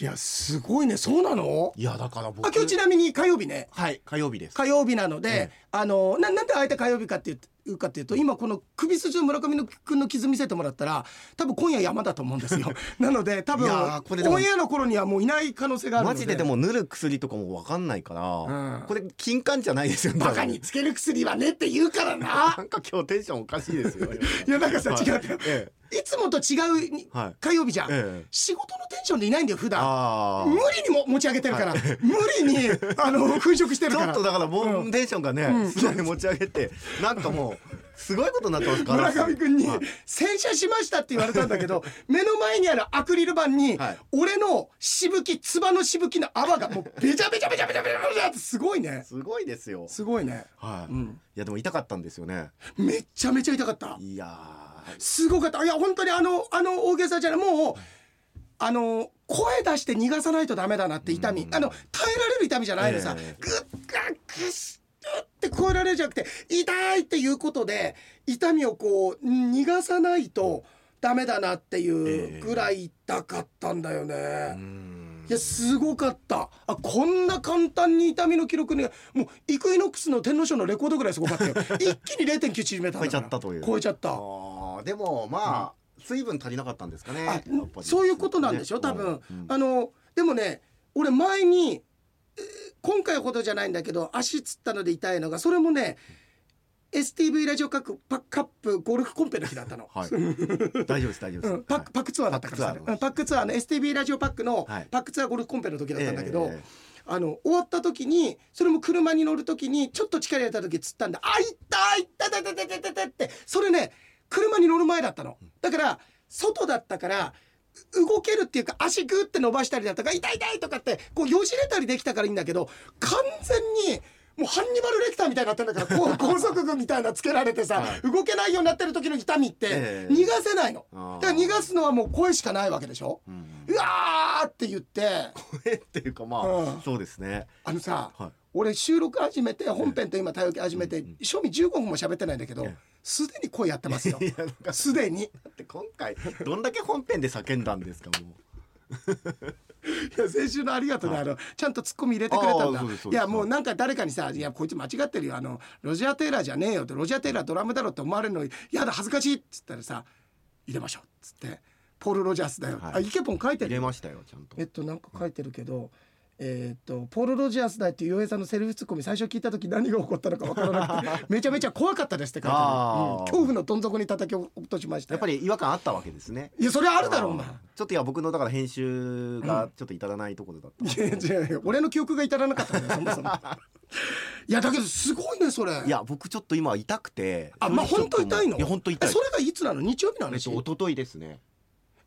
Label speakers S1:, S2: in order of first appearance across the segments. S1: いやすごいねそうなの
S2: いやだから僕
S1: あ今日ちなみに火曜日ね
S2: はい火曜日です
S1: 火曜日なので、
S2: ええ
S1: あのななんであえて火曜日かっていうかっていうと今この首筋の村上の君の傷見せてもらったら多分今夜山だと思うん ですよなので多分
S2: いやーこれでも
S1: オンエアの頃にはもういない可能性があるの
S2: マ
S1: で
S2: ジででも塗る薬とかもわかんないから、
S1: うん
S2: これ金柑じゃないですよ
S1: バカにつける薬はねって言うからな
S2: なんか今日テンションおかしいですよ
S1: いやなんかさ
S2: はい
S1: 違うよ
S2: え
S1: いつもと違うに
S2: えはい
S1: 火曜日じゃん、
S2: ええ
S1: 仕事のテンションでいないんだよ普段
S2: あ
S1: 無
S2: あ
S1: 理にも持ち上げてるから、無理にあの 粉飾してる
S2: ち
S1: か
S2: ょ
S1: ら
S2: っとだからボ
S1: う
S2: ンテンションがね、
S1: うん
S2: すごい持ち上げてなんかもうすごいことになってますから
S1: 村上君に
S2: はい
S1: 「洗車しました」って言われたんだけど 目の前にあるアクリル板に
S2: はい
S1: 俺のしぶきつばのしぶきの泡がもうベチャベチャベチャベチャベチャベチャってすごいね
S2: すごいですよ
S1: すごいね
S2: はい、
S1: う
S2: い
S1: ん
S2: やでも痛かったんですよね
S1: めっちゃめちゃ痛かった
S2: いや
S1: すごかったいや本当にあのあの大げさじゃないもうあの声出して逃がさないとダメだなって痛み
S2: うん
S1: あの耐えられる痛みじゃないのさグ
S2: ええ
S1: ッガッグッって超えられるじゃなくて痛いっていうことで痛みをこう逃がさないとダメだなっていうぐらい痛かったんだよね。
S2: ーうーん
S1: いやすごかったあこんな簡単に痛みの記録にもうイクイノックスの天皇賞のレコードぐらいすごか ったよ一気に0.9縮めたんだから
S2: 超えちゃったという
S1: 超えちゃった
S2: あーでもまあ、水分足りなかったんですかね
S1: あ
S2: やっぱり
S1: そういうことなんでしょ多分、
S2: うんうん
S1: あのでもね俺前にえー今回ほどじゃないんだけど足つったので痛いのがそれもね STV ラジオカップパカップゴルフコンペの日だったの。
S2: はい、大丈夫です大丈夫です、
S1: うん、パックパックツアーだったからさ、
S2: パックツアーの日
S1: うんパックツアーの STV ラジオパックの
S2: はい
S1: パックツアーゴルフコンペの時だったんだけど、
S2: ええ
S1: あの終わった時にそれも車に乗る時にちょっと力入れた時つったんで「あいったいったたたたたたた」ってそれね車に乗る前だったのだから外だったからう動けるっていうか足グーって伸ばしたりだとか痛い痛いとかってこうよじれたりできたからいいんだけど完全にもうハンニバルレクターみたいになってんだから こう高速具みたいなのつけられてさ、
S2: はい
S1: 動けないようになってる時の痛みって
S2: ええ
S1: 逃がせないの、
S2: あー
S1: だから逃がすのはもう声しかないわけでしょ、
S2: う
S1: うんわーって言って
S2: 声っていうかまあ、
S1: うん
S2: そうですね
S1: あのさ、
S2: はい
S1: 俺収録始めて本編と今対応始めて正味15分も喋ってないんだけど
S2: ええ
S1: すでに声やってますよ
S2: いやなんか
S1: すでにい
S2: だって今回どんだけ本編で叫んだんですかもう
S1: や先週のありがとうね、あのちゃんとツッコミ入れてくれたん
S2: ああ
S1: だ
S2: そうですそう
S1: い
S2: です
S1: やもうなんか誰かにさ「いやこいつ間違ってるよあのロジャー・テイラーじゃねえよ」って「ロジャー・テイラードラムだろ」って思われるのやだ恥ずかしいっつったらさ「入れましょう」っつって「ポール・ロジャースだよ」
S2: はい
S1: あイケポン書いてる
S2: 入れ
S1: よ
S2: ましたよちゃんと
S1: えっとなんか書いてるけど、えーっとポール・ロジャースだっていう洋平さんのセルフツッコミ最初聞いた時何が起こったのかわからなくて めちゃめちゃ怖かったですって書いてある、
S2: あー
S1: うん恐怖のどん底に叩き落としました
S2: やっぱ
S1: り
S2: り違和感あったわけですね
S1: いやそれはあるだろうお
S2: あ
S1: 前
S2: ーちょっといや僕のだから編集がちょっと至らないところだった、
S1: いやいやいや俺の記憶が至らなかったんだよそも そもいやだけどすごいねそれ
S2: いや僕ちょっと今痛くて
S1: あまあ
S2: 正直
S1: 本当
S2: ちょっとも
S1: 痛
S2: う
S1: いの
S2: いや本当痛い
S1: えそれがいつなの日曜日の
S2: えっ
S1: 話、
S2: と一昨日ですね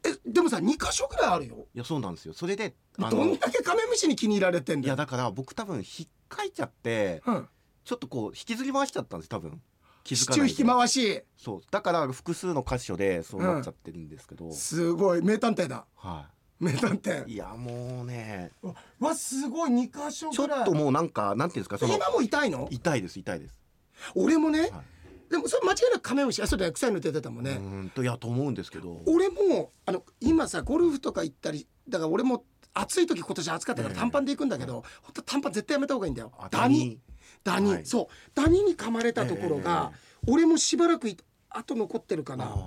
S1: えでもさ2箇所ぐらいあるよ
S2: いやそうなんですよそれであ
S1: ど
S2: の
S1: ん
S2: い
S1: だけカメムシに気に入られてんだ
S2: や
S1: よ
S2: だから僕多分引っかいちゃって
S1: うん、
S2: ちょっとこう引きずり回しちゃったんです多分気づ
S1: シ
S2: か
S1: チュー
S2: ない
S1: 引き
S2: で
S1: 回し
S2: そうだから複数の箇所でそうなっちゃってるんですけど、
S1: すごい名探偵だ
S2: は
S1: 名探偵
S2: いいやもうね
S1: うわわすごい2箇所
S2: ちょ
S1: ぐらい
S2: っともうなんかなんていうんですかその
S1: 今も痛いの
S2: 痛いです痛いです
S1: 俺もね、
S2: は
S1: でもそれ間違いなくカメムシあそれ臭いの出てたもん
S2: う
S1: ね、
S2: ーんといやと思うんですけど
S1: 俺もあの今さゴルフとか行ったりだから俺も暑い時今年暑かったから
S2: ええ
S1: 短パンで行くんだけど、本当短パン絶対やめた方がいいんだよ
S2: あ
S1: ダニダニ、
S2: はい
S1: そうダニに噛まれたところが、俺もしばらくいあと残ってるか
S2: あ
S1: な
S2: ー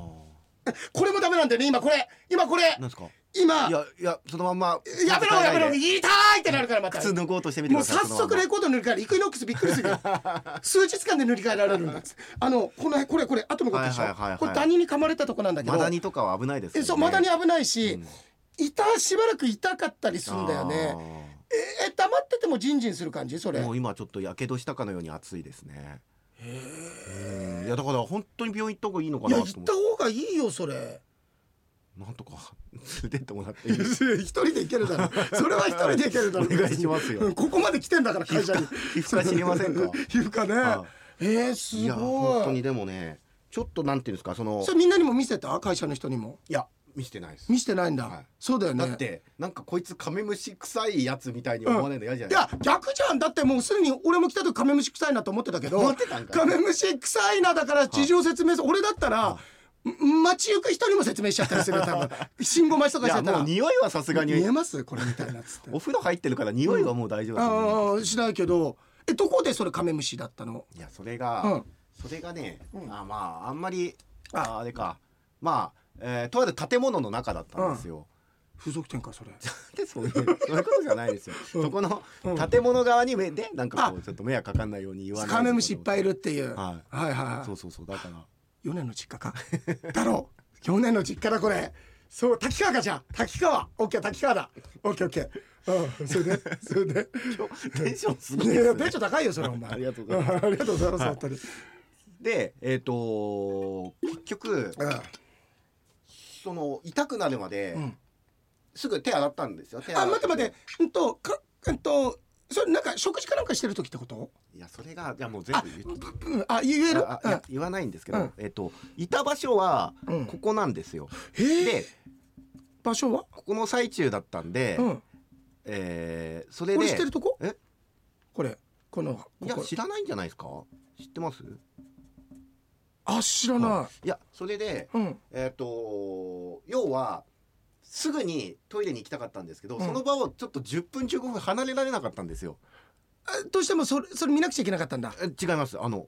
S1: これもダメなんだよね今これ今これ
S2: なんですか
S1: 今
S2: いやいやそのまんま
S1: やめろやめろ痛いってなるからまた
S2: 靴脱ごうとしてみてく
S1: もう
S2: ださい
S1: 早速レコード塗り替えるイクイノックスびっくりす るよ数日間で塗り替えられるんだあのこの辺これこれ後のことでしょ、
S2: はいはいはいはい
S1: これダニに噛まれたとこなんだけど
S2: マダニとかは危ないです
S1: えそうマダニ危ないし、
S2: うん
S1: 痛しばらく痛かったりするんだよね
S2: ね
S1: ええ黙っててもジンジンする感じそれ
S2: もう今ちょっとやけどしたかのように暑いですねうんいやだから本当に病院行った方がいいのか
S1: い
S2: な
S1: や
S2: と
S1: 行
S2: 思
S1: っ
S2: った
S1: 方がいいよそ れ
S2: てなんとか 連れてってもらっていいです
S1: 一人で行ける だろそれは一人で行けるだろ
S2: お願いしますよ
S1: うんここまで来てんだから会社に
S2: 皮膚科知りませんか
S1: 皮膚科ね、
S2: は
S1: えー、す
S2: いや本当
S1: ごい
S2: にでもねちょっとなんていうんですかその
S1: それみんなにも見せた会社の人にも
S2: いや見せてないです
S1: 見せてないんだ、
S2: はい
S1: そうだよね
S2: だってなんかこいつカメムシ臭いやつみたいに思わないの嫌じゃ
S1: い
S2: ない
S1: や逆じゃんだってもうすでに俺も来た時カメムシ臭いなと思ってたけど
S2: 思ってたんかい
S1: カメムシ臭いなだから事情説明する俺だったらん街行く人にも説明しちゃったりする 多分信号待ちとか
S2: い
S1: しちゃ
S2: や
S1: った
S2: も
S1: ら
S2: う匂いはさすが
S1: 見
S2: に
S1: えますこれみたいなっつって
S2: お風呂入ってるから匂いはもう大丈夫だと思う
S1: ああしないけどえどこでそれカメムシだったの
S2: いやそれ
S1: う
S2: が
S1: ん
S2: それがね
S1: うん
S2: あまああんまり
S1: あ
S2: ああれかまあえーとある建物の中だったんですよ
S1: 風俗店かそれ
S2: でそういうそういうことじゃないですよ
S1: うん
S2: そこの
S1: うん
S2: 建物側に目でなんかこうちょっと迷惑かかんないように言わない
S1: カメムシいっぱいいるっていう、
S2: は
S1: はいはいはい
S2: そうそうそうだから
S1: 4年の実家かだろう4年の実家だこれそう滝川かじゃん滝川オッケー滝川だオッケーオッケーうんそれでそれで
S2: 今日テンションすごい
S1: ね
S2: で
S1: え
S2: す
S1: ベッ
S2: ね
S1: ド高いよそれお前
S2: ありがとうございます
S1: んありがとうございます
S2: はい
S1: 本当に
S2: でえっと結局その痛くなるまで
S1: うん
S2: すぐ手洗ったんですよ手洗
S1: あ待って待ってうんとかうんとそれなんか食事かなんかしてる時ってこと
S2: いやそれがいやもう全
S1: あ
S2: 部言って
S1: ぶぶあ言える
S2: ああいや言わないんですけど、
S1: うん
S2: えっといた場所は
S1: うんうん
S2: ここなんですよ、
S1: へえ
S2: で
S1: 場所は
S2: ここの最中だったんで、
S1: うんこ
S2: えーそれ
S1: れして
S2: で
S1: るとこ
S2: え
S1: これこの
S2: い
S1: こ
S2: や
S1: こ
S2: 知らないんじゃないですか知ってます
S1: あ知らない
S2: やそれで
S1: いうん
S2: えっ、と要はすぐにトイレに行きたかったんですけど、
S1: うん
S2: その場をちょっと10分15分離れられなかったんですよ
S1: あどうしてもそれそれ見なくちゃいけなかったんだ
S2: え違いますあの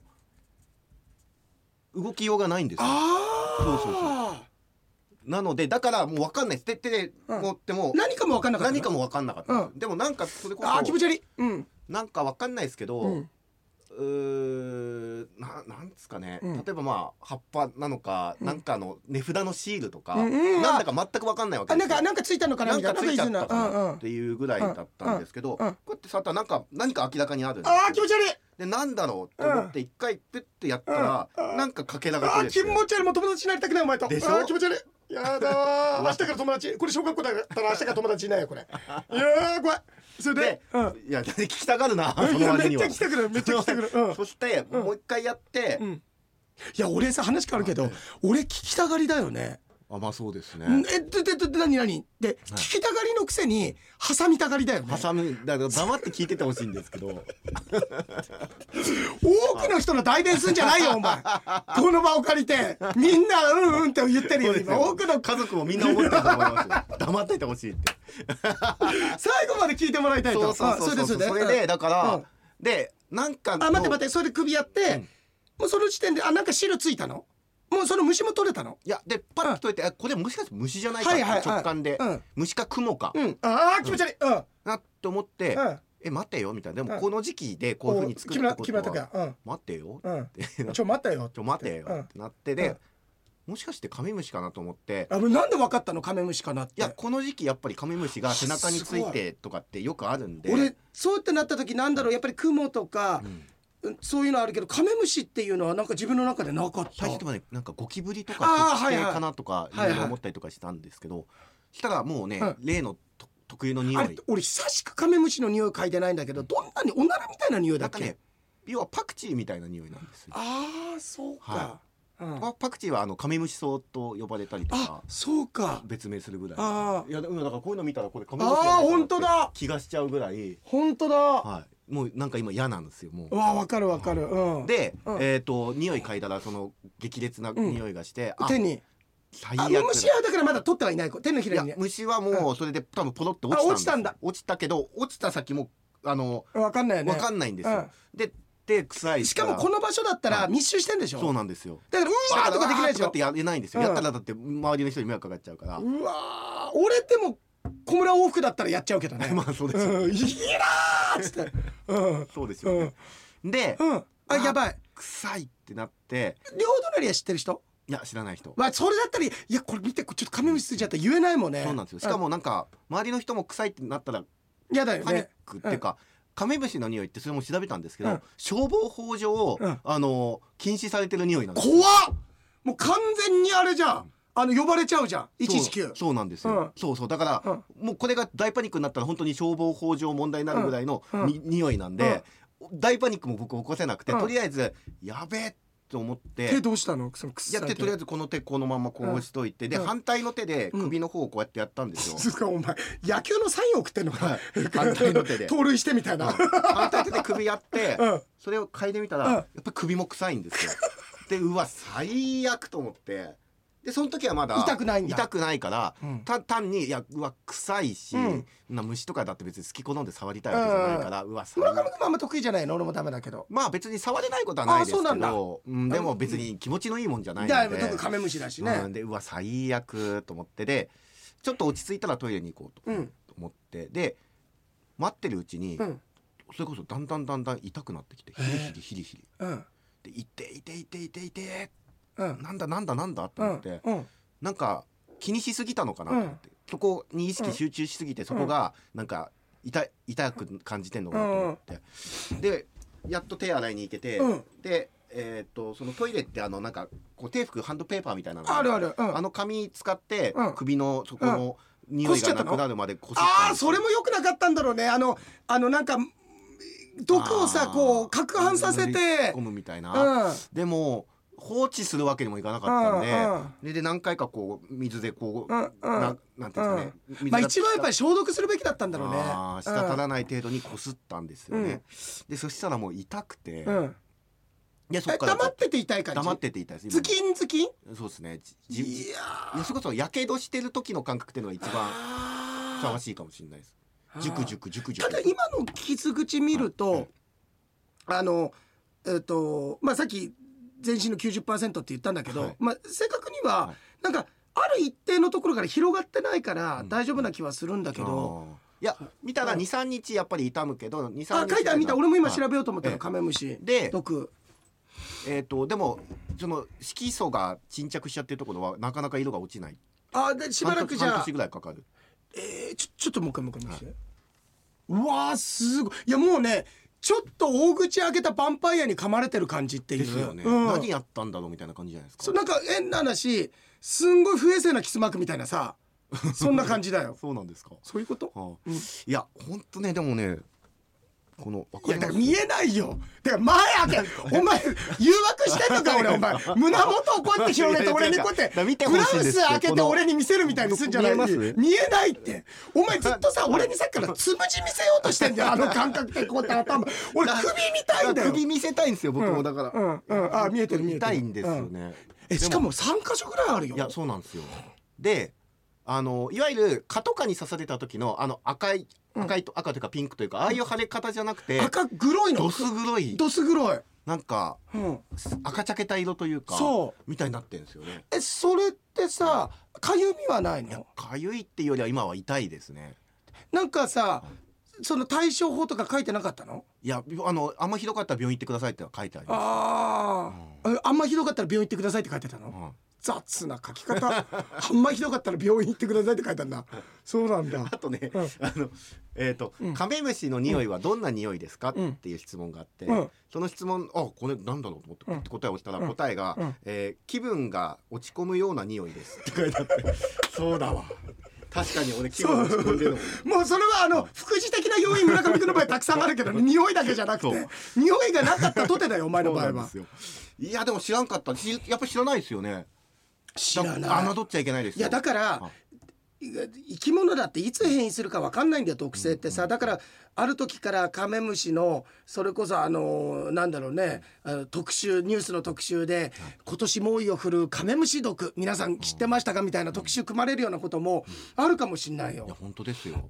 S2: 動きようがないんですよ
S1: ああ
S2: そうそうなのでだからもう分かんないです手手で
S1: うん
S2: 持っても
S1: 何かも分かんなかった
S2: 何か
S1: も
S2: も分かんなかったんですよ、でもなんかそれこそ
S1: あー気持ち悪いうん
S2: なんかわかんないですけど、
S1: うん
S2: うーななんですかね、
S1: うん
S2: 例えばまあ葉っぱなのか、
S1: うん
S2: なんかあの値札のシールとか、
S1: うんうん
S2: なんだか全くわかんないわけ
S1: あ
S2: で
S1: なん
S2: すよ
S1: かなんかついたのかなみたい
S2: な
S1: なん
S2: かついちゃったか
S1: なんかいるなうん
S2: な
S1: うん
S2: っていうぐらいだったんですけど、
S1: うんうん
S2: こうやって触ったらなんか何か明らかにあるんですよ
S1: あー気持ち悪い
S2: でなんだろうと思って一回プッてやったら、
S1: うんうん
S2: なんかかけらが
S1: あ
S2: 取
S1: ー
S2: れて
S1: 気持ち悪いもう友達になりたくないお前と
S2: でしょ
S1: あー気持ち悪い やだわー明日から友達これ小学校だったら明日から友達いないよこれいやー怖いそれで
S2: で、
S1: うん
S2: いや聞きたがるな そ
S1: いや
S2: の
S1: め
S2: 割に
S1: っち
S2: は
S1: ゃ来てくるめっちゃ来てくるうん
S2: そして、
S1: うん
S2: もう一回やって、
S1: うんいや俺さ話変わるけど俺聞きたがりだよね
S2: あまあそうですね、
S1: えでででで何何で聞きたがりのくせに挟みたがりだよね
S2: 挟むだから黙って聞いててほしいんです けど
S1: 多くの人の代弁すんじゃないよお 前この場を借りてみんなうんうんって言ってる
S2: そう
S1: よ
S2: です
S1: 今
S2: よ
S1: 多くの
S2: 家族もみんな思ってると思いますよ 黙っててほしいって
S1: 最後まで聞いてもらいたいとあ
S2: そ
S1: それ
S2: れ
S1: で
S2: で
S1: それでうん
S2: だか
S1: う
S2: ら
S1: ん
S2: でなんか
S1: あ待って待っ
S2: って
S1: てそれで首やって、
S2: うん
S1: もうその時点であなんか汁ついたのもうその虫も取れたの
S2: いやでパッといてあこれもしかして虫じゃないか
S1: はいはいはい
S2: 直感で
S1: うん
S2: 虫か雲か
S1: うんああ気持ち悪いうん
S2: なって思って
S1: うん
S2: え待てよみたいなで
S1: うん
S2: もこの時期でこういうふうに作るって
S1: お木
S2: こ
S1: 村木
S2: と
S1: 村
S2: は
S1: 拓哉
S2: 待てよ
S1: うん
S2: って
S1: う
S2: なんっ
S1: ちょ待ったよ
S2: ちょ待てよ
S1: うん
S2: ってなって
S1: う
S2: で
S1: ん
S2: もしかしてカメムシかなと思って
S1: あもうなんで分かったのカメムシかなって
S2: いやこの時期やっぱりカメムシが背中についてとかってよくあるんで
S1: 俺そうってなった時なんだろうやっぱり雲とかう
S2: う、ん
S1: んそういうのあるけどカメムシっていうのはなんか自分の中でなかった
S2: 最初とかねなんかゴキブリと
S1: あ
S2: か
S1: ー
S2: そっち系
S1: はいはい
S2: かなとかい
S1: はいはい
S2: ろいろ思ったりとかしたんですけど、したらもうね、
S1: うん
S2: 例のと特有の匂
S1: あれ
S2: い
S1: 俺久しくカメムシの匂い嗅いでないんだけどどんなにおならみたいな匂いだ
S2: なん
S1: っ
S2: か
S1: け、
S2: ね要はパクチーみたいな匂いなんですよ。
S1: ああそうか、うん
S2: パパクチーはあのカメムシ草と呼ばれたりと
S1: あ
S2: か
S1: そうか
S2: 別名するぐらい。
S1: あー
S2: いやでもだからこういうの見たらこれカメムシじゃない
S1: ああ
S2: かな
S1: 本
S2: っ
S1: 当
S2: て
S1: だ
S2: 気がしちゃうぐらい、
S1: 本当だ、
S2: はい、もうなんか今嫌なんですよも
S1: う
S2: う。
S1: わわかるわかる、うん、
S2: で、
S1: うん
S2: えっ、と匂い嗅いだらその激烈な匂いがして、あ
S1: 手に
S2: 最
S1: あ
S2: 悪
S1: の
S2: だ
S1: 虫はだからまだ取ってはいない子手のひ
S2: い
S1: ら
S2: や
S1: にね
S2: 虫はもうそれで多分ポロッと落ちたんで
S1: あ落
S2: す
S1: ちたんだ
S2: 落ちたけど落ちた先もあの
S1: わかんないよね
S2: 分かんないんですよ、でで臭い
S1: しかもこの場所だったら密集してんでしょ
S2: そうなんですよ
S1: だからうわーとかできないでし
S2: わーとかっ
S1: ょ
S2: てやれないんですよ、
S1: うん
S2: やったらだって周りの人に迷惑かかっちゃうから、
S1: うわー俺でも小村往復だったらやっちゃうけどね
S2: まあそうですよ、
S1: うんいいなーっつってうん
S2: そうですよね、で
S1: うんあやばい
S2: 臭いってなって
S1: 両隣は知ってる人
S2: いや知らない人、
S1: まあそれだったらいやこれ見てこれちょっとカメムシついちゃった言えないもんね
S2: そうなんですよしかもなんか周りの人も臭いってなったら
S1: うんやだよ
S2: パニッ
S1: ね
S2: クっていうか、カメムシの匂いってそれも調べたんですけど、
S1: うん
S2: 消防法上、
S1: うん
S2: あの禁止されてる匂いなんですよ
S1: 怖っもう完全にあれじゃんあの呼ばれちゃうじゃん
S2: そう
S1: 119
S2: そうなんですよ、
S1: う
S2: そうそうだから、もうこれが大パニックになったら本当に消防法上問題になるぐらいの
S1: うんうん
S2: に、匂いなんで、大パニックも僕起こせなくて、
S1: うん
S2: とりあえずやべえと思って
S1: 手どうしたのそのくっ
S2: や
S1: さい
S2: ってとりあえずこの手このままこうしといて、で、
S1: うん
S2: 反対の手で首の方をこうやってやったんですよ、
S1: つうかお前野球のサイン送ってんのか、
S2: はい反対の手で
S1: 盗塁してみたいな、
S2: 反対手で首やって、
S1: うん
S2: それを嗅いでみたら、
S1: うん
S2: やっぱり首も臭いんですよでうわ最悪と思ってでその時はまだ
S1: 痛くないんだ
S2: 痛くないから
S1: うん
S2: た単にいやうわ臭いし、
S1: うん
S2: な虫とかだって別に好き好んで触りたいわけじゃないから、うわ
S1: 村
S2: 触
S1: 上
S2: り
S1: 君もあんま得意じゃないの俺もダメだけど
S2: まあ別に触れないことはないですけ
S1: あそうなんだ
S2: どうんでも別に気持ちのいいもんじゃない
S1: だい
S2: の
S1: ぶ
S2: で
S1: 特カメムシだし
S2: うん、
S1: ね
S2: でうわ最悪と思ってでちょっと落ち着いたらトイレに行こうと
S1: うん
S2: 思って、で待ってるうちに、
S1: うん
S2: それこそだんだんだんだん痛くなってきて
S1: へ
S2: ヒ
S1: え
S2: リヒリヒリヒリ
S1: うん
S2: で「痛て痛て痛て痛て痛て
S1: うん
S2: なんだなんだなんだ」と
S1: う
S2: 思っ
S1: ん
S2: て、
S1: うん
S2: なんか気にしすぎたのかなと思って、そこに意識集中しすぎて、そこがなんか痛痛く感じてんのかなと思って、でやっと手洗いに行けて、
S1: うん
S2: で、えー、とそのトイレってあのなんかこう手拭くハンドペーパーみたいなのが
S1: あるあるうん
S2: あの紙使って、
S1: うん
S2: 首のそこの匂
S1: こ
S2: い
S1: すっちゃ
S2: が
S1: った
S2: な
S1: の
S2: くなるまでこすったんです
S1: ああそれも良くなかったんだろうねあのあのなんか毒を
S2: あ
S1: さ
S2: ー
S1: こう攪拌させ
S2: 塗り
S1: て
S2: 込むみたい
S1: うん
S2: な、でも放置するわけにもいかなかったんで、
S1: うんうん
S2: でで何回かこう水でこう、
S1: うんうん
S2: ななんていうんですかね、水
S1: ま
S2: が
S1: あ一番やっぱり消毒するべきだったんだろうね
S2: あー滴らない程度にこすったんですよね、でそしたらもう痛くて、
S1: うんうん
S2: でそ
S1: え
S2: っから
S1: 黙ってて痛い感じ
S2: 黙ってて痛いです
S1: ズキンズキン
S2: 今そうですねじじ
S1: いや
S2: いやそれこそやけどしてる時の感覚っていうのが一番ふさわ
S1: 番
S2: しいかもしれないですジュクジュクジュクジュ
S1: た
S2: ク
S1: だ今の傷口見ると、あのえっ、とまあさっき全身の90%って言ったんだけど、
S2: はい
S1: まあ正確には、
S2: はい
S1: なんかある一定のところから広がってないから
S2: うん
S1: 大丈夫な気はするんだけど、
S2: あーいや見たら
S1: うん
S2: 23日やっぱり痛むけど23日
S1: あ書いた見た俺も今調
S2: べ
S1: べようと思ったの、
S2: はい
S1: カメムシ
S2: で
S1: 毒
S2: えっ、とでもその色素が沈着しちゃってるところはなかなか色が落ちない
S1: あでしばらくじ
S2: 半
S1: ゃあ
S2: 年ぐらいかかる
S1: えー、ちょちょっともう一回もう一回見せて、うわーすごいいやもうねちょっと大口開けたヴァンパイアに噛まれてる感じっていう
S2: ですよね、
S1: うん
S2: 何やったんだろうみたいな感じじゃないですか
S1: そうなんか変な話すんごい不衛生なキスマークみたいなさそんな感じだよ
S2: そうなんですか
S1: そういうこと
S2: はあ
S1: うん
S2: いや本当ねでもねこのわ
S1: いやだか
S2: かります
S1: ら見えないよだから前開けお前誘惑してんのか俺お 前胸元をこうやって広げて俺にこうやっ
S2: いやいや見
S1: て
S2: て
S1: ブ
S2: ほ
S1: ラウ
S2: しいんです
S1: ス開け
S2: こ
S1: て
S2: の
S1: 俺に見せるみたいにすんじゃない
S2: 見えます
S1: 見えないってお前ずっとさ俺にさっきからつむじ見せようとしてんだ よあの感覚でこうやって頭俺首見たいんだよ
S2: 首見せたいんですよ僕もだから、
S1: うんうんあ見えてる見えてる
S2: 痛いんですよね、
S1: えしかも3箇所ぐらいあるよ
S2: いやそうなんですよであのいわゆる蚊とかに刺された時のあの赤い赤いと、赤というかピンクというかああいう腫れ方じゃなくて
S1: 赤黒いの
S2: どす黒い
S1: どす黒い
S2: なんか
S1: うん
S2: 赤茶けた色というか
S1: そう
S2: みたいになってるんですよね
S1: えそれってさかゆみはないの
S2: かゆいっていうよりは今は痛いですね
S1: なんかさその対処法とか書いてなかったの
S2: いやあのあんまひどかったら病院行ってくださいってのは書いてあります
S1: ああ、えあんまひどかったら病院行ってくださいって書いてたの、
S2: うん
S1: 雑な書き方 あんまひどかったら病院行ってくださいって書いたんだそうなんだ
S2: あとね、
S1: うん
S2: あのえっ、と、
S1: うん
S2: カメムシの匂いはどんな匂いですか、
S1: うん
S2: っていう質問があって、
S1: うん
S2: その質問あこれなんだろうと思って、
S1: うん
S2: って答えをしたら
S1: うん
S2: 答えが、
S1: うん
S2: えー気分が落ち込むような匂いです」って書いて あってそうだわ確かに俺気分落ち込んでるの
S1: もうそれはあの副次的な要因村上君の場合たくさんあるけど匂いだけじゃなく
S2: そう
S1: て匂いがなかったとてだよお前の
S2: そう
S1: 場
S2: な
S1: 合
S2: んで
S1: は
S2: すよいやでも知らんかったしやっぱ知らないですよね
S1: 知らない
S2: 侮っちゃいけないですよ
S1: いやだから
S2: あ
S1: い生き物だっていつ変異するか分かんないんだよ毒性ってさだからある時からカメムシのそれこそあのなんだろうねあの特集ニュースの特集で今年猛威を振るうカメムシ毒皆さん知ってましたかみたいな特集組まれるようなこともあるかもしんない
S2: いや
S1: よ。
S2: 本当ですよ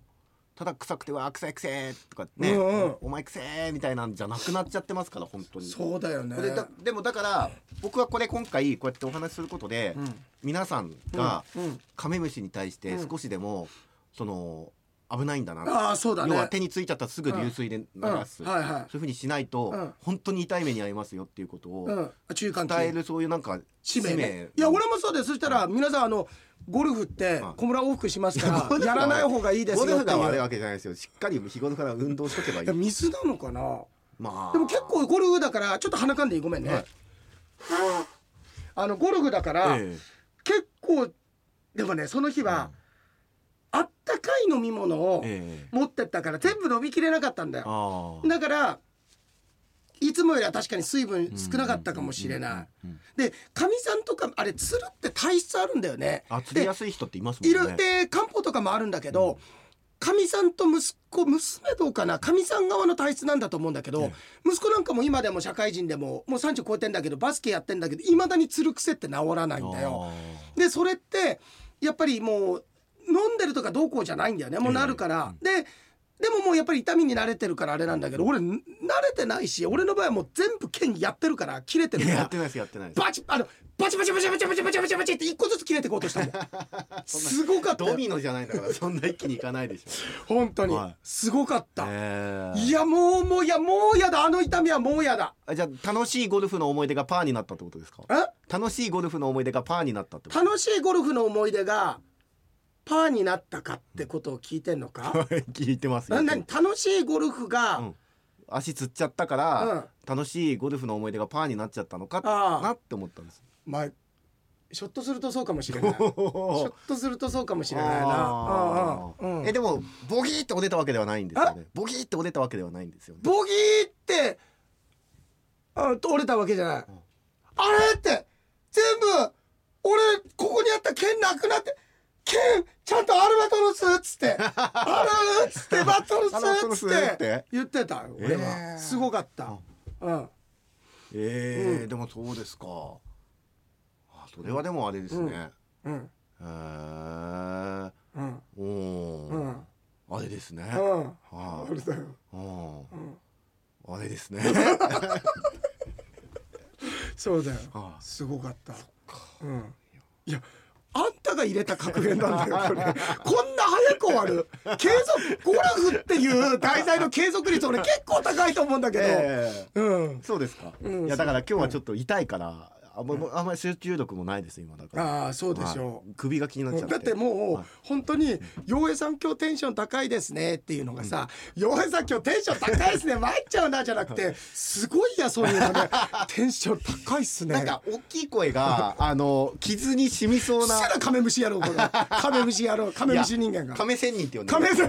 S2: ただ臭くては臭い臭いとかね、
S1: うんうん
S2: お前臭いみたいなんじゃなくなっちゃってますから本当に
S1: そうだよね
S2: これだでもだから僕はこれ今回こうやってお話しすることで、
S1: うん
S2: 皆さんが
S1: うんうん
S2: カメムシに対して少しでも、その危ないんだな、
S1: ああそうだね。
S2: 要は手についちゃったらすぐ流水で流
S1: うんはい
S2: す、そう
S1: は
S2: いうふうにしないと、
S1: うん
S2: 本当に痛い目に遭いますよっていうこと
S1: い。う
S2: を
S1: ん、注意喚
S2: 伝え
S1: 起
S2: るそういうなんか
S1: 使命ね
S2: ね
S1: いや俺もそうですそしたら皆さんあのゴルフって
S2: うん
S1: 小村往復しますか
S2: ゴル
S1: ら
S2: フ
S1: やら
S2: は
S1: ない方がいいですよ
S2: ゴ
S1: って
S2: ル
S1: い
S2: フが悪いうわけじゃないですよしっかり日頃から運動しとけばい
S1: い
S2: い
S1: や水なのかな
S2: まあ
S1: でも結構ゴルフだからちょっと鼻かんでいいごめんね、
S2: はい
S1: あのゴルフだから、
S2: え
S1: 結構でもねその日は、あったかい飲み物
S2: え
S1: を
S2: ええ
S1: 持ってったから全部飲みきれなかったんだよ
S2: ああ
S1: だからいつもよりは確かに水分少なかったかもしれない
S2: うんうんうん
S1: でかみさんとかあれつるって体質あるんだよね
S2: あ釣りやすい人っていますもん
S1: い
S2: ね
S1: るで漢方とかもあるんだけど、かみさんと息子娘どうかなかみさん側の体質なんだと思うんだけど、
S2: え
S1: 息子なんかも今でも社会人でももう30超えてんだけどバスケやってんだけどいまだにつる癖って治らないんだよ。でそれってやっぱりもう飲んでるとかどうこうじゃないんだよねもうなるから、ででももうやっぱり痛みに慣れてるからあれなんだけど俺慣れてないし俺の場合はもう全部剣やってるから切れて
S2: い
S1: る
S2: や
S1: から
S2: やってないですやってないです
S1: バチあのバチバチバチバチバチバチバチバチって一個ずつ切れていこうと したもんすごかったよ
S2: ドミノじゃないんだからそんな一気にいかない でしょ
S1: 本当に
S2: はい
S1: すごかった、
S2: へー
S1: いやもうもういやもうやだあの痛みはもうやだ
S2: あじゃあ楽しいゴルフの思い出がパーになったってことですか
S1: え
S2: 楽しいゴルフの思い出がパーになったってこと
S1: 楽しいゴルフの思い出がパーになったかってことを聞いてんの か
S2: 聞いてますよ
S1: な何楽しいゴルフが、
S2: うん足つっちゃったか
S1: う
S2: ら
S1: ん、
S2: 楽しいゴルフの思い出がパーになっちゃったのか
S1: ああ
S2: なって思った んです
S1: まあひょっとするとそうかもしれ ないひょっとするとそうかもしれないな
S2: あ、
S1: う
S2: ー
S1: んうんうん
S2: えでもボギーってお出たわけではないんですよねボギーってお出たわけではないんですよね
S1: ボギーってあ折れたわけじゃない、あれって全部俺ここにあった剣なくなって剣ちゃんとアルバトロスっ つってアルっつってバト
S2: アルバト
S1: ロ
S2: ロ
S1: ス
S2: ス
S1: っ
S2: っ
S1: つ
S2: つ
S1: っ
S2: ってて
S1: 言ってたよ俺は、
S2: えー
S1: すごかった、うん、
S2: えー
S1: うん
S2: でもそうですかあそれはでもあれですね、
S1: うん
S2: へー
S1: うん
S2: おー
S1: うんうん
S2: あれですね、
S1: うん
S2: は
S1: 俺だよ
S2: い、うん
S1: ん
S2: あ れですね
S1: そうだよ
S2: ああ
S1: すごかったうんいやあんたが入れた格言なんだよこれこ んな早く終わる継続ゴルフっていう題材の継続 率俺結構高いと思うんだけど、
S2: え
S1: うん
S2: ーそうですか、
S1: うん
S2: いやだから今日はちょっと痛いから、あんまあんまり集中力もないです今だから
S1: ああそうでしょ
S2: はい首が気になっ
S1: う
S2: ちゃって
S1: だっても
S2: は
S1: う
S2: い
S1: 本当に「洋平さん今日テンション高いですね」っていうのがさ「洋平さん今日テンション高いですね参っちゃうな」じゃなくてすごいやそういうの ねテンション高いっすね
S2: なんか大きい声があの傷に染みそうな
S1: すぐカメムシ野郎これカメムシ野郎カメムシ人間が
S2: 亀仙人って呼んで
S1: カ
S2: る
S1: メムシ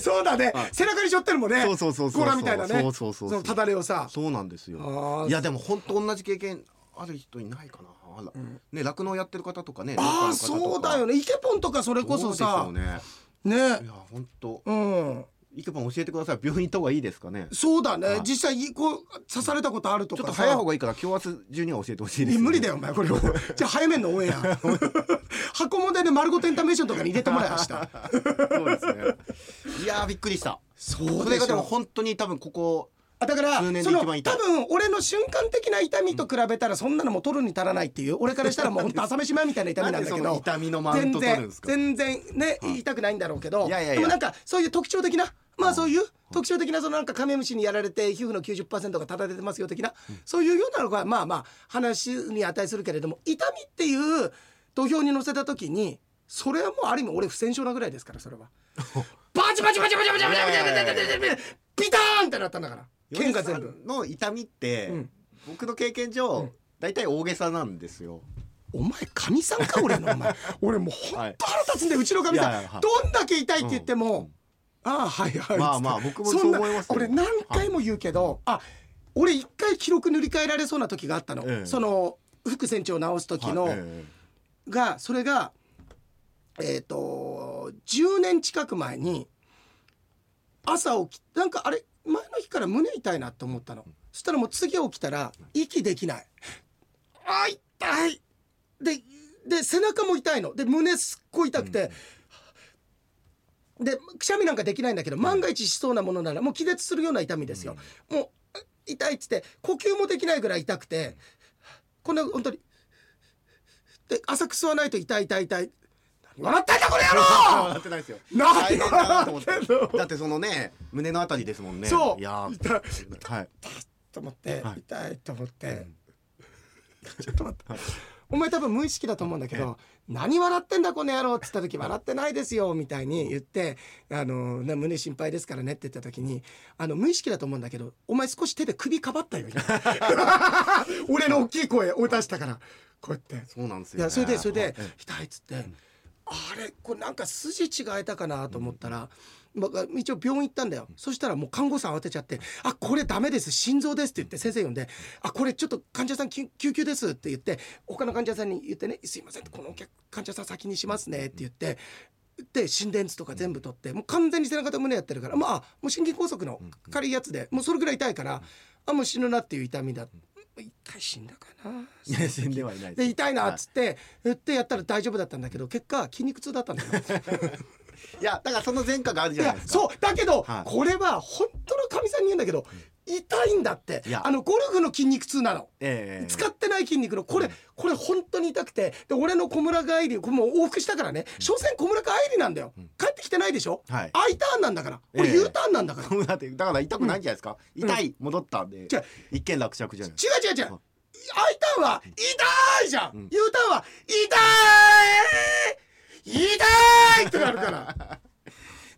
S1: そうだね背中に背負ってるもんね
S2: そうそうそうそう
S1: ゴラみたいなね
S2: そうそうそうそう
S1: のただれをさ
S2: そうなんです
S1: あ
S2: よ
S1: ー
S2: いやでも本当同じ経験ある人いないかなあら、ね酪農やってる方とかね
S1: ああ
S2: 農家
S1: そ
S2: の方とか
S1: うだよねイケポンとかそれこそさ
S2: そうですよねい
S1: ね
S2: や本当
S1: うん
S2: イケパン教えてください病院行った方がいいですかね
S1: そうだね
S2: い
S1: 実際こう刺されたことあると
S2: ちょ
S1: か
S2: っと
S1: さ
S2: 早い方がいいから今日明日中には教えてほしいです、
S1: え無理だよお前こ れじゃあ早めんのオンエア箱もでね丸ごとエンタメーションとかに入れてもらいました
S2: そうですねいやーびっくりした
S1: そう
S2: そ
S1: で
S2: れが
S1: し
S2: でも
S1: ょ
S2: 本当に多分ここ
S1: あだから
S2: 数年
S1: そ
S2: で
S1: の
S2: 一
S1: 多
S2: 番痛い
S1: 分俺の瞬間的な痛みと比べたらそんなのも取るに足らないっていう俺からしたらもう本当朝飯前みたいな痛みなんだけ
S2: な
S1: ど
S2: んでその痛みのマウント取るんですか
S1: 全然全然ね痛くないんだろうけど
S2: いやいやいや
S1: でもなんかそういう特徴的なまあそういう特徴的なそのなんかカメムシにやられて皮膚の90%がただれてますよ的なそういうようなのがまあまあ話に値するけれども痛みっていう土俵に乗せた時にそれはもうある意味俺不戦勝なぐらいですからそれは。バチバチバチバチバチバチバチバチバチバチバチビターンってなったんだから剣が全
S2: ヨネ
S1: 部
S2: さんの痛みって、
S1: うん
S2: 僕の経験上大体大げさなんですよ
S1: お前かみさんか俺のお前 俺もうほんと腹立つんでうちのかみ
S2: いや
S1: さ
S2: いやは
S1: ん
S2: い
S1: どんだけ痛いって言ってもああはいはい
S2: まあまあ僕もそう思いますよ
S1: そんな俺何回も言うけどあ俺一回記録塗り替えられそうな時があった
S2: え
S1: の
S2: え
S1: その副船長を直す時の
S2: はいえ
S1: がそれがえっと10年近く前に朝起きなんかあれ前の日から胸痛いなって思ったのそしたらもう次起きたら息できないあー痛いでで背中も痛いので胸すっごい痛くて、でくしゃみなんかできないんだけど万が一しそうなものならもう気絶するような痛みですよ、もうあ痛いっつって呼吸もできないぐらい痛くてこんな本当にで浅く吸わないと痛い痛い痛い何笑ってんだこの野
S2: 笑
S1: 郎
S2: ってないですよ
S1: なん
S2: 大変だなと思って
S1: なんで
S2: だってそのね胸のあたりですもんね
S1: そう
S2: やー
S1: 痛い
S2: はい
S1: と思って、
S2: はい
S1: 痛いと思って、ちょっと待って、お前多分無意識だと思うんだけど「何笑ってんだこの野郎」っつった時「笑ってないですよ」みたいに言って「あのね胸心配ですからね」って言った時にあの無意識だと思うんだけどお前少し手で首かばったよ 今俺の大きい声を出したからこうやって。
S2: そう なんですよ、
S1: い
S2: ね、
S1: やそれでそれ
S2: はい
S1: で痛いっつって、あれこれなんか筋違えたかなと思ったら、まあ一応病院行ったんだよ、そしたらもう看護師さん慌てちゃって「あこれダメです心臓です」って言って先生呼んで「あこれちょっと患者さん救救急です」って言って他の患者さんに言ってね「すいませんこのお客患者さん先にしますね」って言ってで心電図とか全部取って、もう完全に背中と胸やってるからまあもう心筋梗塞の軽いやつで、もうそれぐらい痛いから、あもう死ぬなっていう痛みだ一回死んだかな。
S2: いや死んではいない
S1: で痛いなっ
S2: は
S1: つって、言ってやったら大丈夫だったんだけど結果筋肉痛だったんだよ
S2: いいやだからその前科がある
S1: い
S2: じゃない
S1: や
S2: ですか
S1: そうだけど、
S2: はい
S1: これは本当のかみさんに言うんだけど、痛いんだって
S2: いや
S1: あのゴルフの筋肉痛なの。
S2: ええ
S1: 使ってない筋肉のこれこれ本当に痛くてで俺の小村帰りこれもう往復したからね所詮小村帰りなんだよ帰ってきてないでしょ
S2: はい
S1: I ターンなんだから俺
S2: ええ
S1: U ターンなんだから違
S2: そうだってだから痛くないんじゃないですか、痛い戻ったんで
S1: じゃあ
S2: 一件落着じゃないです
S1: う違う違う I ターンは痛いじゃん
S2: うん
S1: U ターンは痛い痛いってなる から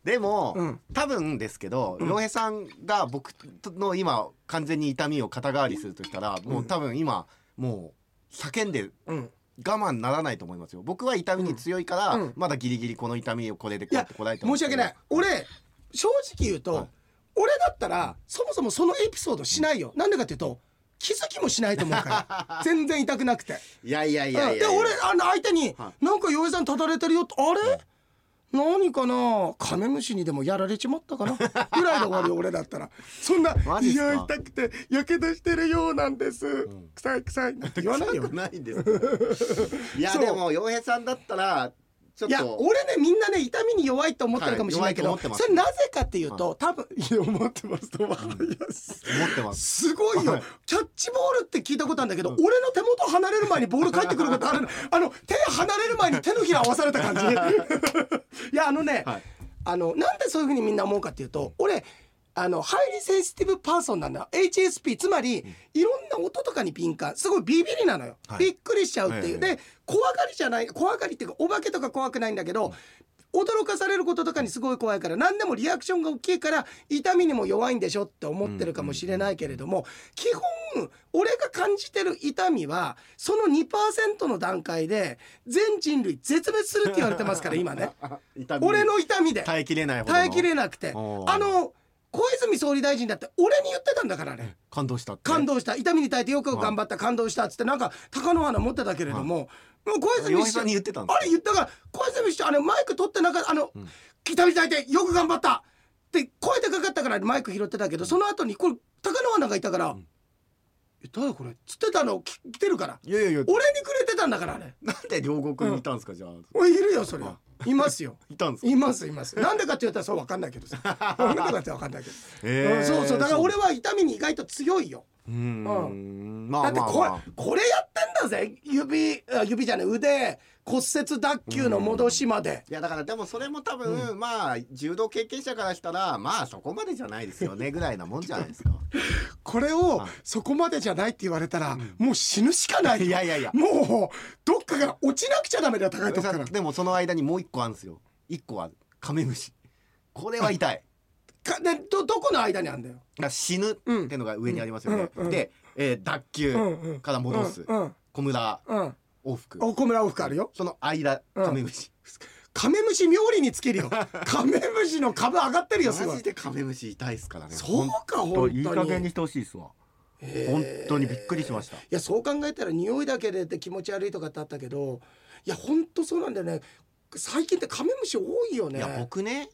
S2: でも、
S1: うん
S2: 多分ですけど洋、平さんが僕の今完全に痛みを肩代わりするとしたら、もう多分今もう叫んで
S1: うん
S2: 我慢ならないと思いますよ僕は痛みに強いから、
S1: うん
S2: まだギリギリこの痛みをこれでこ
S1: いう
S2: や
S1: や
S2: ってこらえて
S1: 申し訳ない俺正直言うと、
S2: はい
S1: 俺だったらそもそもそのエピソードしないよなんでかっていうと気づきもしないと思うから 全然痛くなくて
S2: いやいやいやいやいや
S1: で俺あの相手に
S2: は
S1: 「なんか洋平さんたたれてるよ」って「あれ何かなカメムシにでもやられちまったかな」ぐらいで終わるよ俺だったらそんな「
S2: マジっ
S1: い
S2: すか
S1: や痛くてやけどしてるようなんです、
S2: ん
S1: 臭い臭い」なんて言わないよ
S2: 痛くないんですよいや
S1: そう
S2: でも洋平さんだったらちょっ
S1: いや
S2: と
S1: 俺ねみんなね痛みに弱いと思ってるかもしれないけど、
S2: はい弱いと思ってます
S1: それなぜかっていうと、多分いや思ってますと笑いやす
S2: 思ってます
S1: すごいよ、
S2: はい
S1: キャッチボールって聞いたことあるんだけど、俺の手元離れる前にボール返ってくることあるのあの手離れる前に手のひら合わされた感 じいやあのね、
S2: はい
S1: あのなんでそういうふうにみんな思うかっていうと俺あのハイリセンシティブパーソンなんだ HSP つまり、いろんな音とかに敏感すごいビビりなのよ、
S2: はい
S1: びっくりしちゃうっていう、
S2: ええ
S1: で怖がりじゃない怖がりっていうかお化けとか怖くないんだけど、驚かされることとかにすごい怖いから何でもリアクションが大きいから痛みにも弱いんでしょって思ってるかもしれないけれども、基本俺が感じてる痛みはその2%の段階で全人類絶滅するって言われて ますから今ね
S2: 痛み
S1: 俺の痛みで
S2: 耐えきれないほどの
S1: 耐えきれなくてあ
S2: お
S1: の
S2: ー
S1: 小泉総理大臣だって俺に言ってたんだからね
S2: 感動したって
S1: 感動した痛みに耐えてよく頑張った感動したっつってなんか貴乃花持ってたけれどももう小
S2: 洋
S1: 泉
S2: 平
S1: 市
S2: さんに言ってたんです
S1: あ
S2: か
S1: れ言ったから小泉市長あれマイク取ってなかったあの「痛みに耐えてよく頑張った」って声でかかったからマイク拾ってたけどその後にこれ貴乃花がいたから「え誰これ」つってたのき来てるから
S2: いやいやいや
S1: 俺にくれてたんだからあれ
S2: なんで両国にいたんですか、じゃあ
S1: おいいるよそれいますよ
S2: いたんですか
S1: いますいますなんでかって言ったらそう分かんないけど さなんでかって分かんないけど
S2: へー
S1: うんそうそうだから俺は痛みに意外と強いよ
S2: うーん
S1: うん
S2: まあ
S1: だ
S2: ま
S1: っ
S2: あ、
S1: て
S2: まあ、
S1: これこれやってんだぜ指あ指じゃない腕骨折脱臼の戻しまで
S2: いやだからでもそれも多分、まあ柔道経験者からしたらまあそこまでじゃないですよねぐらいなもんじゃないです か
S1: これをそこまでじゃないって言われたらもう死ぬしかないよ
S2: いやいやいや
S1: もうどっかが落ちなくちゃダメだよ高いとこから
S2: でもその間にもう一個あるんですよ一個はカメムシこれは痛い
S1: かでどどこの間にあんだよ
S2: だから死ぬっていうのが上にありますよね、
S1: うんうん
S2: で、えー脱
S1: うんうん
S2: 臼から戻す、
S1: うんうん
S2: 小村
S1: うん
S2: 往復
S1: お小村往復あるよ
S2: その間カメムシ、
S1: カメムシ冥利につけるよ カメムシの株上がってるよすご
S2: マ
S1: い
S2: ジでカメムシ痛いですからね
S1: そうか本当に
S2: いい加減にしてほしいですわ本当にびっくりしました
S1: いやそう考えたら匂いだけでって気持ち悪いとかってあったけどいやほんとそうなんだよね最近ってカメムシ多いよね
S2: いや僕ね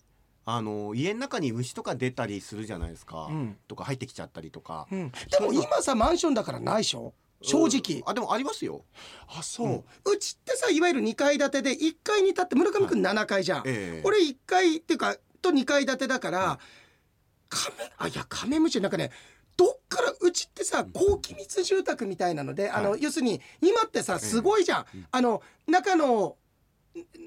S2: あの家の中に虫とか出たりするじゃないですか、
S1: うん
S2: とか入ってきちゃったりとか、
S1: うんでも今さマンションだからないでしょ正直
S2: あでもありますよ
S1: あそう、うちってさいわゆる2階建てで1階に立って村上くん7階じゃん、
S2: ええ
S1: 俺1階っていうかと2階建てだから、カメあいやカメムシなんかねどっからうちってさ高機密住宅みたいなので、あの
S2: は
S1: 要するに今ってさすごいじゃん、あの中の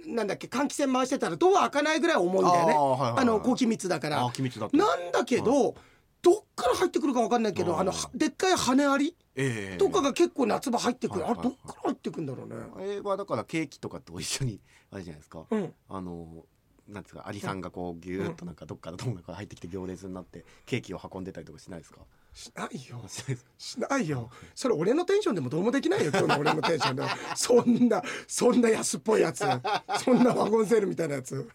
S1: んなんだっけ換気扇回してたらドア開かないぐらい重いんだよね
S2: あー
S1: あ,、
S2: はいはいはい
S1: の高機密だから
S2: あー機密だった
S1: なんだけど、どっから入ってくるか分かんないけど、
S2: うん
S1: あのはでっかい羽アリ
S2: ええ
S1: とかが結構夏場入ってくる、
S2: はいはい
S1: あ
S2: はい
S1: れどっから入ってくんだろうね、
S2: あれはだからケーキとかと一緒にあれじゃないですか、
S1: うん
S2: あのなんですかアリさんがこうギューッとなんかどっからどんどんから入ってきて行列になってケーキを運んでたりとかしないですか
S1: しないよ
S2: しないです
S1: しないよそれ俺のテンションでもどうもできないよ今日の俺のテンションで そんなそんな安っぽいやつそんなワゴンセールみたいなやつ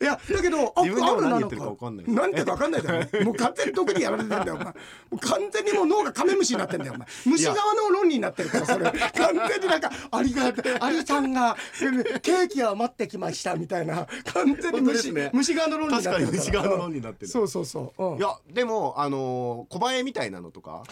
S1: いやだけどあ
S2: 自分でも何
S1: あるな
S2: 言ってるか分かんない
S1: 何言ってるか分かんないだろもう完全に毒にやられてんだよお前もう完全にもう脳がカメムシになってんだよお前虫側の論理になってるからそれ完全になんかありがありさんがケーキを持ってきましたみたいな完全に
S2: 本当で
S1: 虫,、
S2: すね
S1: 虫側の論理にな
S2: 確
S1: っ
S2: か
S1: てる
S2: に
S1: から
S2: 内側の論になってる
S1: そうそうそう、うん
S2: いやでもあのー小映えみたいなのとか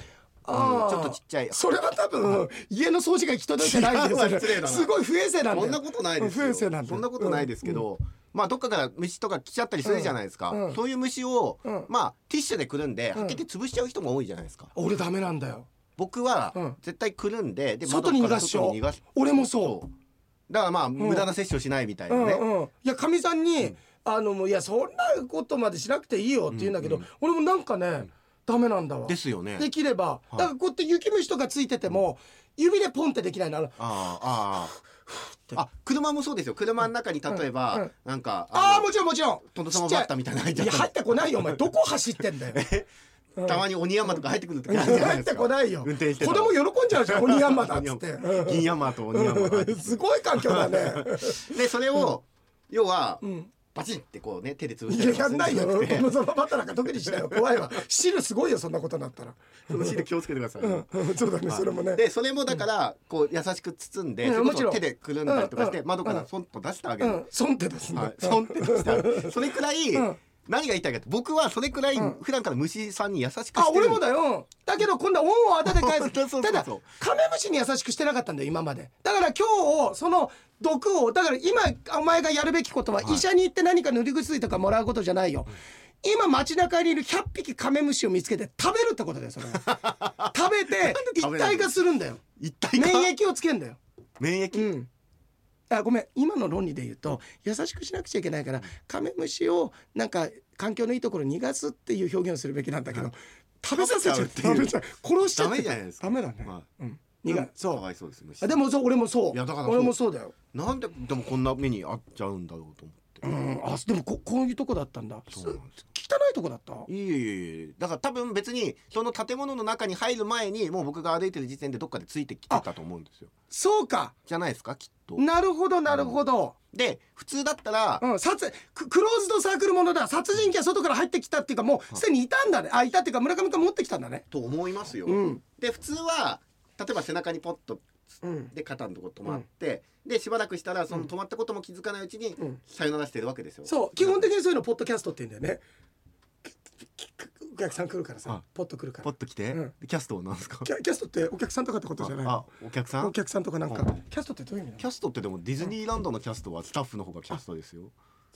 S1: あー
S2: ちょっとちっちゃい
S1: それは多分家の掃除が行き届いてないんで
S2: 違
S1: す
S2: うわ
S1: よ
S2: 失礼だな
S1: すごい不衛生なんだよ
S2: そんなことないです
S1: 不衛
S2: よ
S1: 生なんだよ
S2: そんなことないですけど、まあどっかから虫とか来ちゃったりするじゃないですか、
S1: うんうん
S2: そういう虫を、
S1: うん
S2: まあティッシュでくるんで
S1: ん
S2: はけて潰しちゃう人も多いじゃないですか、
S1: 俺ダメなんだよ
S2: 僕は
S1: うん
S2: 絶対くるんでで
S1: 外に逃がしちゃう
S2: 窓から外に逃す
S1: 俺もそう
S2: うだからまあ、無駄な摂取をしないみたいなね、
S1: うんうん、いやかみさんに、あのもういやそんなことまでしなくていいよって言うんだけど、俺もなんかね、ダメなんだわ
S2: で
S1: です
S2: よね
S1: きれば、だからこうやって雪虫とかついてても指でポンってできないのあの
S2: あーあーあ車もそうですよ車の中に例えば、
S1: うんうん
S2: なんか
S1: ああ
S2: の
S1: もちろんもちろん
S2: トントサマバッタみたいなの入っち
S1: ち
S2: ゃ
S1: っ
S2: っ
S1: ちゃいいや入
S2: た
S1: ってこないよ お前どこ走ってんだよ
S2: りたまに鬼山とか入ってくる時あるじゃな
S1: 入
S2: いで
S1: っ
S2: す
S1: て
S2: か
S1: こないよ
S2: 運転して
S1: 子
S2: た
S1: 供喜んじゃうじゃん鬼山だっつって
S2: 銀山と 鬼山が入っ
S1: う
S2: てく
S1: ん
S2: る
S1: すごい環境だね
S2: でそれを、要は、
S1: ん
S2: バチってこうね手で潰
S1: い
S2: し
S1: ややん
S2: たりとかす
S1: ないよ
S2: るんじゃなく
S1: そのバッタなんか特にしないよ怖い わ汁すごいよそんなことになったら
S2: てそのシール気をつけてください、
S1: うんうんそうだねそれもね
S2: でそれもだからこう優しく包んで、
S1: うん
S2: それこ
S1: もちろ
S2: そ
S1: ん
S2: 手でくるんだりとかして、
S1: うん
S2: 窓か
S1: う
S2: ら
S1: ん
S2: そんと出してあげ
S1: う
S2: る、
S1: ん損ってですね
S2: はい、そんって出してあげるそれくらい、
S1: ん
S2: 何が言いたいかって僕はそれくらい普段から虫さんに優しくしてる
S1: あ俺もだよだけど今度は恩をあだで返す
S2: そうそうそう
S1: ただカメムシに優しくしてなかったんだよ今までだから今日その毒をだから今お前がやるべきことは医者に行って何か塗り薬とかもらうことじゃないよ、今街中にいる100匹カメムシを見つけて食べるってことだよそれは食べて一
S2: 食べないの
S1: 体化するんだよ
S2: 一体化
S1: 免疫をつけんだよ
S2: 免疫
S1: うん、あごめん今の論理で言うと優しくしなくちゃいけないからカメムシをなんか環境のいいところに逃がすっていう表現をするべきなんだけど、食べさせちゃうってい
S2: 食
S1: う
S2: べち
S1: 殺しちゃって
S2: ダメじゃないですか
S1: ダメだね、
S2: は
S1: うん、
S2: い
S1: 逃が、そ
S2: か
S1: う
S2: わいそうです虫
S1: あでもそう俺もそう
S2: いやだからそう
S1: 俺もそうだよ、
S2: なんででもこんな目に遭っちゃうんだろうと思って
S1: うん、あでもここういうとこだったんだす
S2: そ
S1: 汚
S2: うなんです
S1: いとこだった
S2: いえいえいえだから多分別にその建物の中に入る前にもう僕が歩いてる時点でどっかでついてきてたと思うんですよ
S1: そうか
S2: じゃないですかきっと
S1: なるほどなるほど、
S2: で普通だったら
S1: うん、殺ククローズドサークルものだ殺人鬼は外から入ってきたっていうかもうすでにいたんだねあいたっていうか村上君持ってきたんだね
S2: と思いますよ
S1: うん
S2: で普通は例えば背中にポッと
S1: うん
S2: で肩のとこ止まってでしばらくしたらその止まったことも気づかないうちに
S1: うん
S2: さよならしてるわけですよ
S1: そう基本的にそういうのポッドキャストって言うんだよねききお客さん来るから
S2: はい
S1: さポッと来るか
S2: ポ
S1: ら
S2: ッと来て
S1: うん
S2: でキャストなんですか
S1: キャキャストってお客さんとかってことじゃ
S2: あ
S1: な
S2: お客
S1: い
S2: さ
S1: お
S2: ん
S1: 客さんとかなんか
S2: うん
S1: キャストってどういう意味
S2: キ
S1: なの
S2: ャストってでもディズニーランドのキャストはスタッフの方がキャストですよ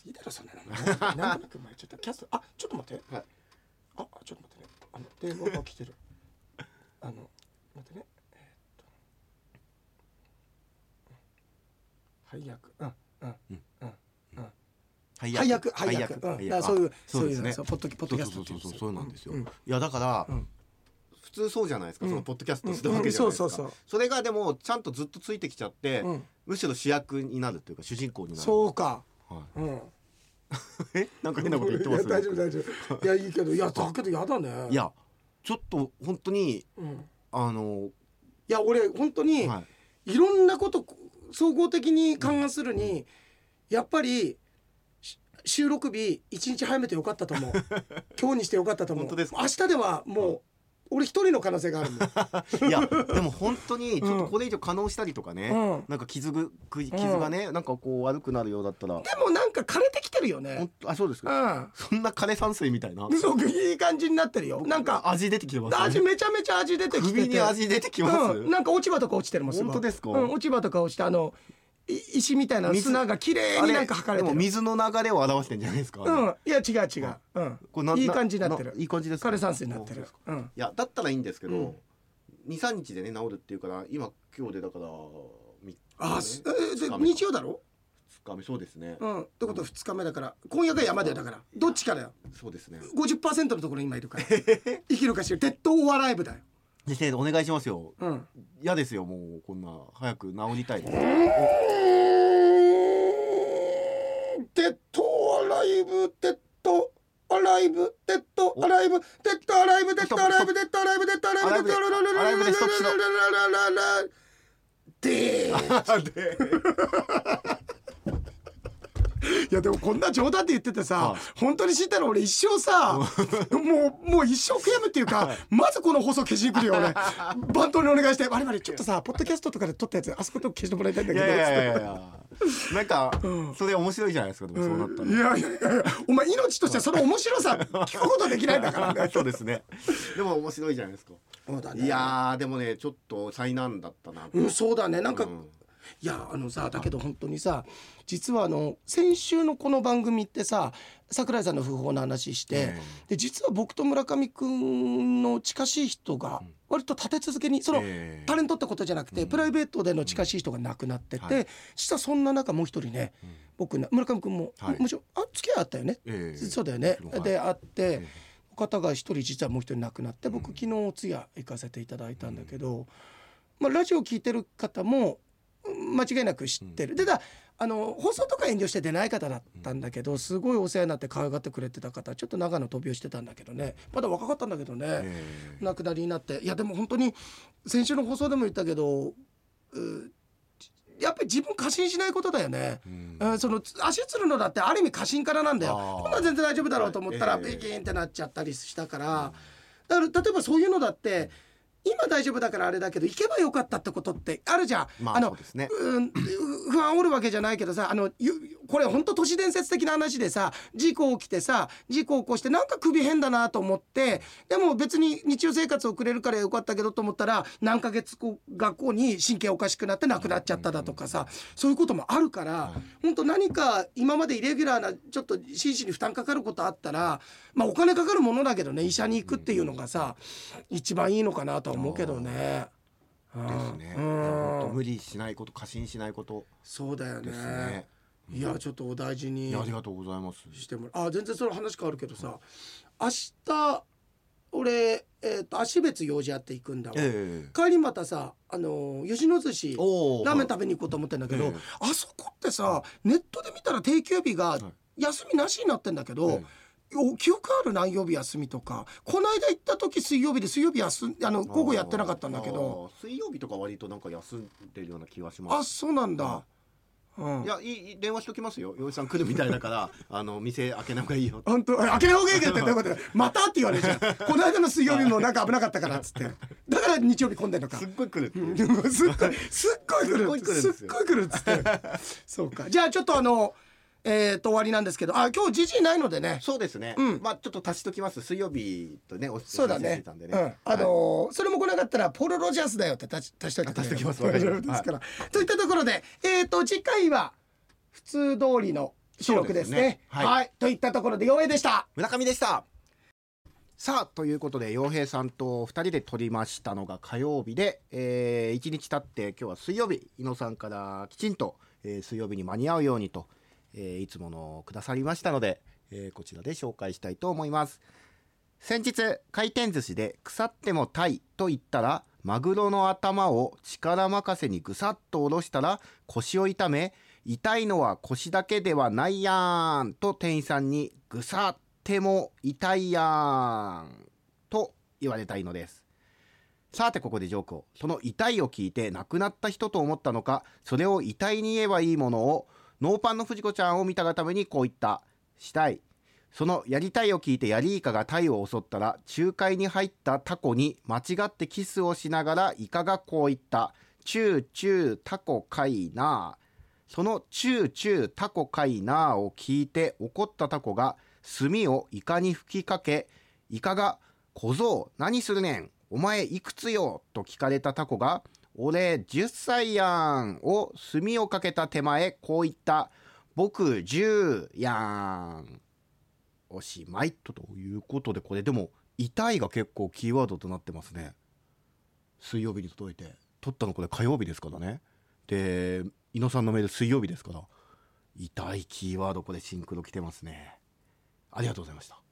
S1: いいだろそんなのなんとなく前ちょっとキャストあちょっと待って
S2: はい
S1: あちょっと待ってねあの電話が来てる あの待ってねえーっと配役うんうんうんうん
S2: 配
S1: 配役配役うんだからそういうそういう
S2: ですね
S1: のそうポッドキポッ
S2: そ
S1: ド
S2: う
S1: キャ
S2: そう
S1: ス
S2: そ
S1: トって
S2: うそ
S1: 言
S2: うん
S1: ですよ
S2: そう
S1: う
S2: なんですよ、
S1: ん
S2: いやだから、
S1: うん
S2: 普通そうじゃないですか、
S1: うん
S2: そのポッドキャストするわけじゃないですか、
S1: うんうんそうそうそう
S2: れがでもちゃんとずっとついてきちゃって、
S1: うん
S2: むしろ主役になるというか主人公になる
S1: そうか
S2: はい、
S1: うん
S2: えなんか変なこと言ってま
S1: いや大
S2: す
S1: 丈夫大丈夫いやいいけ どいやだけどやだね
S2: いやちょっと本当に
S1: うん、い
S2: あの、
S1: や俺本当に、、
S2: はい
S1: ろんなこと総合的に勘案するに、やっぱりし収録日一日早めてよかった と思う今日にしてよかったと思う
S2: 本当ですか
S1: 明日ではもう俺一人の可能性があるもん
S2: い、いやでも本当にちょっとこれ以上可能したりとかね、
S1: うん
S2: なんか傷ぐ傷がね、なんかこう悪くなるようだったら、
S1: でもなんか枯れてきてるよ
S2: ほ
S1: ね
S2: んとあそうです
S1: う
S2: か、
S1: ん
S2: そんな枯山水みたいな
S1: すごくいい感じになってるよなんか
S2: 味出てきてますね
S1: 味めちゃめちゃ味出てきてて
S2: 首に味出てきます、
S1: うん、なんか落ち葉とか落ちてるもんごい
S2: 本当ですか
S1: うん、落ち葉とか落ちてあのい石みたいな
S2: 水
S1: 砂が綺麗になんか測れて
S2: でも
S1: る
S2: 水の流れを表してんじゃないですか、
S1: うんいや違う違う、うん、
S2: これない
S1: い感じになってる
S2: いい感じですか
S1: 枯山水になってる
S2: 本当ですか
S1: うん
S2: いやだったらいいんですけど、
S1: うん
S2: 23日でね治るっていうから今今日でだから3日
S1: あ、すえで
S2: 二日目
S1: 日曜だろ
S2: 2日目そうですね、
S1: うんってことは2日目だから今夜が山だよだからどっちかだよ
S2: そうですね
S1: 50%のところに今いるから 生きるかしら鉄塔お笑い部だよ
S2: 先生お願いしますよ
S1: うん
S2: 嫌ですよもうこんな早く治りたいです
S1: 鉄塔アライブ鉄塔アライブ鉄塔アライブ鉄塔アライブ鉄塔アライブ鉄塔アライブ鉄塔アライブ鉄塔アライブ鉄塔で
S2: あで
S1: いやでもこんな冗談で言っててさ
S2: はい
S1: 本当に知ったら俺一生さもうもう一生悔やむっていうかまずこの放送消しに来るよ俺番頭にお願いして我々ちょっとさポッドキャストとかで撮ったやつあそこと消してもらいたいんだ
S2: い
S1: けど
S2: やいやいやい
S1: つっ
S2: や
S1: て
S2: なんか、
S1: ん
S2: それ面白いじゃないですかでもそうなった
S1: うんいやいやいやいやお前命としてその面白 さ聞くことできないんだから
S2: ら、
S1: ね
S2: そうですねでも面白いじゃないですか
S1: そうだ
S2: いやーでもねちょっと災難だったな、
S1: うん、そうだねなんか、
S2: うん
S1: いやあのさだけど本当にさ実はあの先週のこの番組ってさ桜井さんの訃報の話して、
S2: え
S1: で実は僕と村上くんの近しい人が割と立て続けにその、
S2: ええ
S1: タレントってことじゃなくて、
S2: うん
S1: プライベートでの近しい人が亡くなってて、
S2: うんはい
S1: 実はそんな中もう一人ね僕な村上くんも、
S2: はい
S1: もちろんあ付き合いあったよね、
S2: ええ
S1: そうだよね、
S2: はい
S1: であって、
S2: え
S1: お方が一人実はもう一人亡くなって僕
S2: うん
S1: 昨日お通夜行かせていただいたんだけど、まあ、ラジオ聞いてる方もうん間違いなく知ってる、でだあの放送とか遠慮して出ない方だったんだけどすごいお世話になって可愛がってくれてた方ちょっと長野飛びをしてたんだけどねまだ若かったんだけどね、
S2: ええ
S1: 亡くなりになっていやでも本当に先週の放送でも言ったけどうやっぱり自分過信しないことだよね。
S2: うん
S1: うん、その足つるのだってある意味過信からなんだよ
S2: あー
S1: こんなん全然大丈夫だろうと思ったら
S2: はいえ
S1: ビ
S2: え
S1: キンってなっちゃったりしたからだから例えばそういうのだって今大丈夫だからあれだけど行けばよかったってことってあるじゃん。
S2: まあ
S1: あ
S2: そ
S1: の
S2: うですね
S1: うん、不安おるわけじゃないけどさあのゆこれ本当都市伝説的な話でさ事故起きてさ事故起こしてなんか首変だなと思ってでも別に日常生活送れるからよかったけどと思ったら何ヶ月後学校に神経おかしくなって亡くなっちゃっただとかさそういうこともあるから本当何か今までイレギュラーなちょっと心身に負担かかることあったらまあお金かかるものだけどね医者に行くっていうのがさ一番いいのかなとは思うけどね。
S2: ですね、
S1: うん
S2: 本当無理しないこと過信しないこと
S1: そうだよね
S2: ですね
S1: いやちょっとお大事
S2: い
S1: に
S2: やありがとうございます
S1: してもらうあ全然その話変わるけどさ明日俺、えー、と足別用事あって行くんだわ、
S2: ええ
S1: 帰りまたさ、あのー吉野寿司
S2: おお
S1: ラーメン食べに行こうと思ってんだけど、
S2: ええ
S1: あそこってさネットで見たら定休日が
S2: は
S1: 休みなしになってんだけど、
S2: え
S1: お記憶ある何曜日休みとかこの間行った時水曜日で水曜日休んあの午後やってなかったんだけど
S2: あー水曜日とか割となんか休んでるような気がし
S1: あ
S2: ます
S1: そうなんだ、うん
S2: いやいいいい電話しときますよ洋一さん来るみたいだから あの店開けながいいよ
S1: 本当開けない方がいいけど ってどういうことだよまたって言われるじゃんこの間の水曜日もなんか危なかったからっつってだから日曜日混んでんのか
S2: すっごい来るっていう
S1: でも すっごいすっごい来るす
S2: す
S1: っ
S2: っご
S1: ごい来るっつって そうかじゃあちょっとあのえっと終わりなんですけどあ今日じじいないのでね
S2: そうですね、
S1: うん
S2: まあちょっと足しときます水曜日とねお知
S1: そうだ
S2: らせし
S1: ね
S2: てたんでね
S1: うんあ
S2: はい
S1: のーそれも来なかったらポール・ロジャースだよって足し足しといてくれ
S2: 足しときます
S1: 大
S2: わかり
S1: 丈
S2: ま
S1: 夫
S2: した
S1: ですからといったところでえっと次回は普通通りの収録です
S2: そうです
S1: ね
S2: ねはい
S1: はいといったところで陽平でした
S2: 村上でしたさあということで洋平さんと2人で撮りましたのが火曜日で、え1日経って今日は水曜日井野さんからきちんと、えー水曜日に間に合うようにと、えーいつものをくださりましたので、えーこちらで紹介したいと思います先日回転寿司で腐ってもタイと言ったらマグロの頭を力任せにぐさっと下ろしたら腰を痛め痛いのは腰だけではないやーんと店員さんにぐさっても痛いやーんと言われたいのですさてここでジョークをその痛いを聞いて亡くなった人と思ったのかそれを遺体に言えばいいものをノーパンの藤子ちゃんを見たがためにこう言ったしたいそのやりたいを聞いてヤリイカがタイを襲ったら仲介に入ったタコに間違ってキスをしながらイカがこう言った「チューチュータコかいなあ」その「チューチュータコかいなあ」を聞いて怒ったタコが炭をイカに吹きかけイカが「小僧何するねんお前いくつよ?」と聞かれたタコが「俺10歳やん」を炭をかけた手前こう言った「僕10やん」おしまいとということでこれでも「痛い」が結構キーワードとなってますね水曜日に届いて撮ったのこれ火曜日ですからねで伊野さんのメール水曜日ですから「痛い」キーワードこれシンクロ来てますねありがとうございました